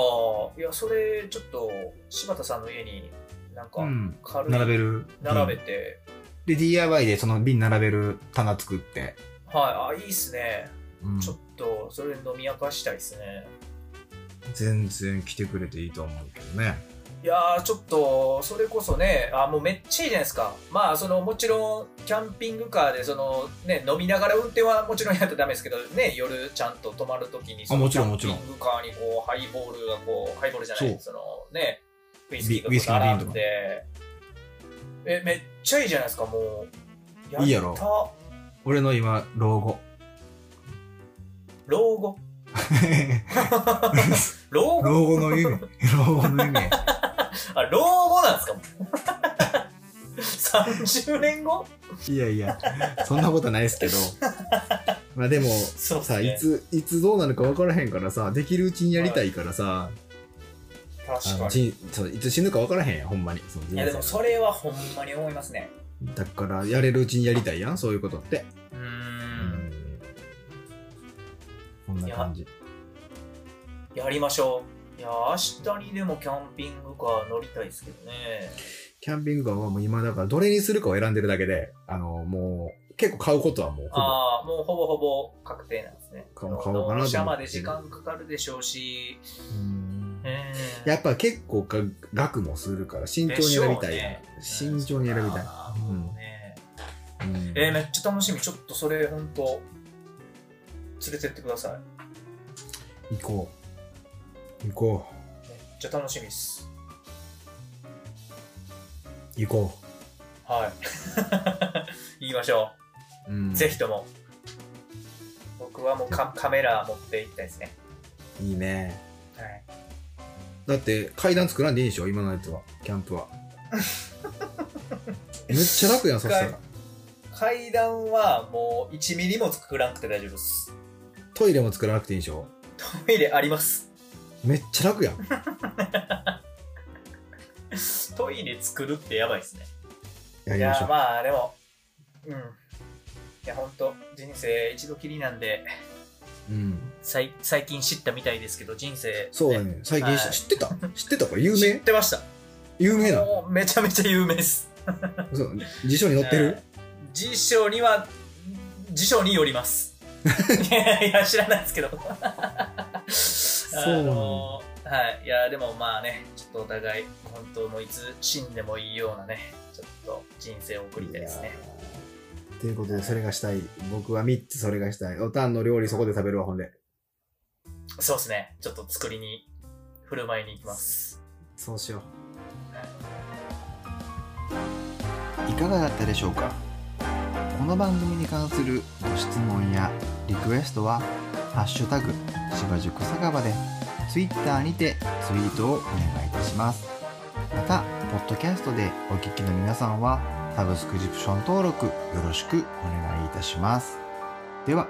S2: いや、それちょっと、柴田さんの家に、なんか
S1: う、ん。
S2: 軽い、
S1: 並べる。
S2: 並べ
S1: うん
S2: て、
S1: で、DIY でその瓶並べる棚作って。
S2: はい、あ、いいっすね。
S1: うん
S2: ちょっと、それ飲み明かしたいっすね。
S1: 全然来てくれていいと思うけどね。
S2: いやー、ちょっと、それこそね、あ、もうめっちゃいいじゃないですか。まあ、その、もちろん、キャンピングカーで、その、ね、飲みながら運転はもちろんやったらダメですけど、ね、夜ちゃんと泊まるときに、その
S1: もちろんもちろん
S2: キャンピングカーに、こう、ハイボールが、こう、ハイボールじゃない、その、ね、ウイスキーがこ
S1: ウイスキー
S2: う
S1: の瓶
S2: 並んで、え、めっちゃいいじゃないですか、もう。
S1: いいやろ
S2: った
S1: 俺の今、老 後。
S2: 老後。 老後
S1: 老後の夢。老後の夢。
S2: あ、老後なん ですか ?30 年後
S1: いやいや、そんなことないですけど。まあでも、
S2: そうっす
S1: さ、
S2: ね
S1: いつ、いつどうなるか分からへんからさ、できるうちにやりたいからさ、あ
S2: 確か
S1: の
S2: に。
S1: ちそういつ死ぬか分からへんやん、ほんまに。その人
S2: いやでも
S1: 生
S2: それはほんまに思いますね。
S1: だから、やれるうちにやりたいやん、そういうことって。
S2: う。。
S1: うんこんな感じ。
S2: やりましょう。いや、明日にでもキャンピングカー乗りたいですけどね。
S1: キャンピングカーはもう今だから、どれにするかを選んでるだけで、あの、もう、結構買うことはもうほぼ、
S2: ああ、もうほぼほぼ確定なんですね。
S1: 買おう買おうかなと思ってる
S2: 納車まで時間かかるでしょうし。
S1: うん
S2: え
S1: やっぱ結構か額もするから、慎重に選びたいやん。慎重に選びたい。うんうん
S2: えー、めっちゃ楽しみ。ちょっとそれほんと、連れてってください。
S1: 行こう行こ
S2: めっちゃ楽しみです。
S1: う行こ
S2: はい。 言いましょ
S1: う、うん
S2: う。ぜひとも。僕はもうカカメラ持って行きたいですね。
S1: いいね
S2: はい。
S1: だって階段作らんでいいでしょ今のやつはキャンプはめっちゃ楽やんそしたら
S2: 階段はもう1ミリも作らなくて大丈夫です。
S1: トイレも作らなくていいでしょ
S2: トイレあります。
S1: めっちゃ楽やん
S2: トイレ作るってやばいですね。
S1: や
S2: い
S1: りましょ
S2: や、
S1: う、
S2: まあでも、うん。いや、ほんと、人生一度きりなんで、
S1: うん
S2: さい最近知ったみたいですけど、人生、
S1: そうだね最近
S2: はい
S1: し知ってた知ってたこれ有
S2: 知っ
S1: 名
S2: てました。
S1: 有名な
S2: もうめちゃめちゃ有名です。
S1: そう辞書に載ってる、
S2: うん辞書には辞書によります いやいや知らないですけど
S1: うな
S2: あ
S1: んだ
S2: のはいいやでもまあねちょっとお互い本当もういつ死んでもいいようなねちょっと人生を送りたいです
S1: い
S2: ね
S1: やーということでそれがしたい僕は3つそれがしたいおたんの料理そこで食べるわほんで
S2: そうですねちょっと作りに振る舞いに行きます
S1: そうしよう
S3: いかがだったでしょうかこの番組に関するご質問やリクエストは「ハッシュタグ芝塾酒場」で Twitter にてツイートをお願いいたしますまたポッドキャストでお聞きの皆さんはサブスクリプション登録よろしくお願いいたしますでは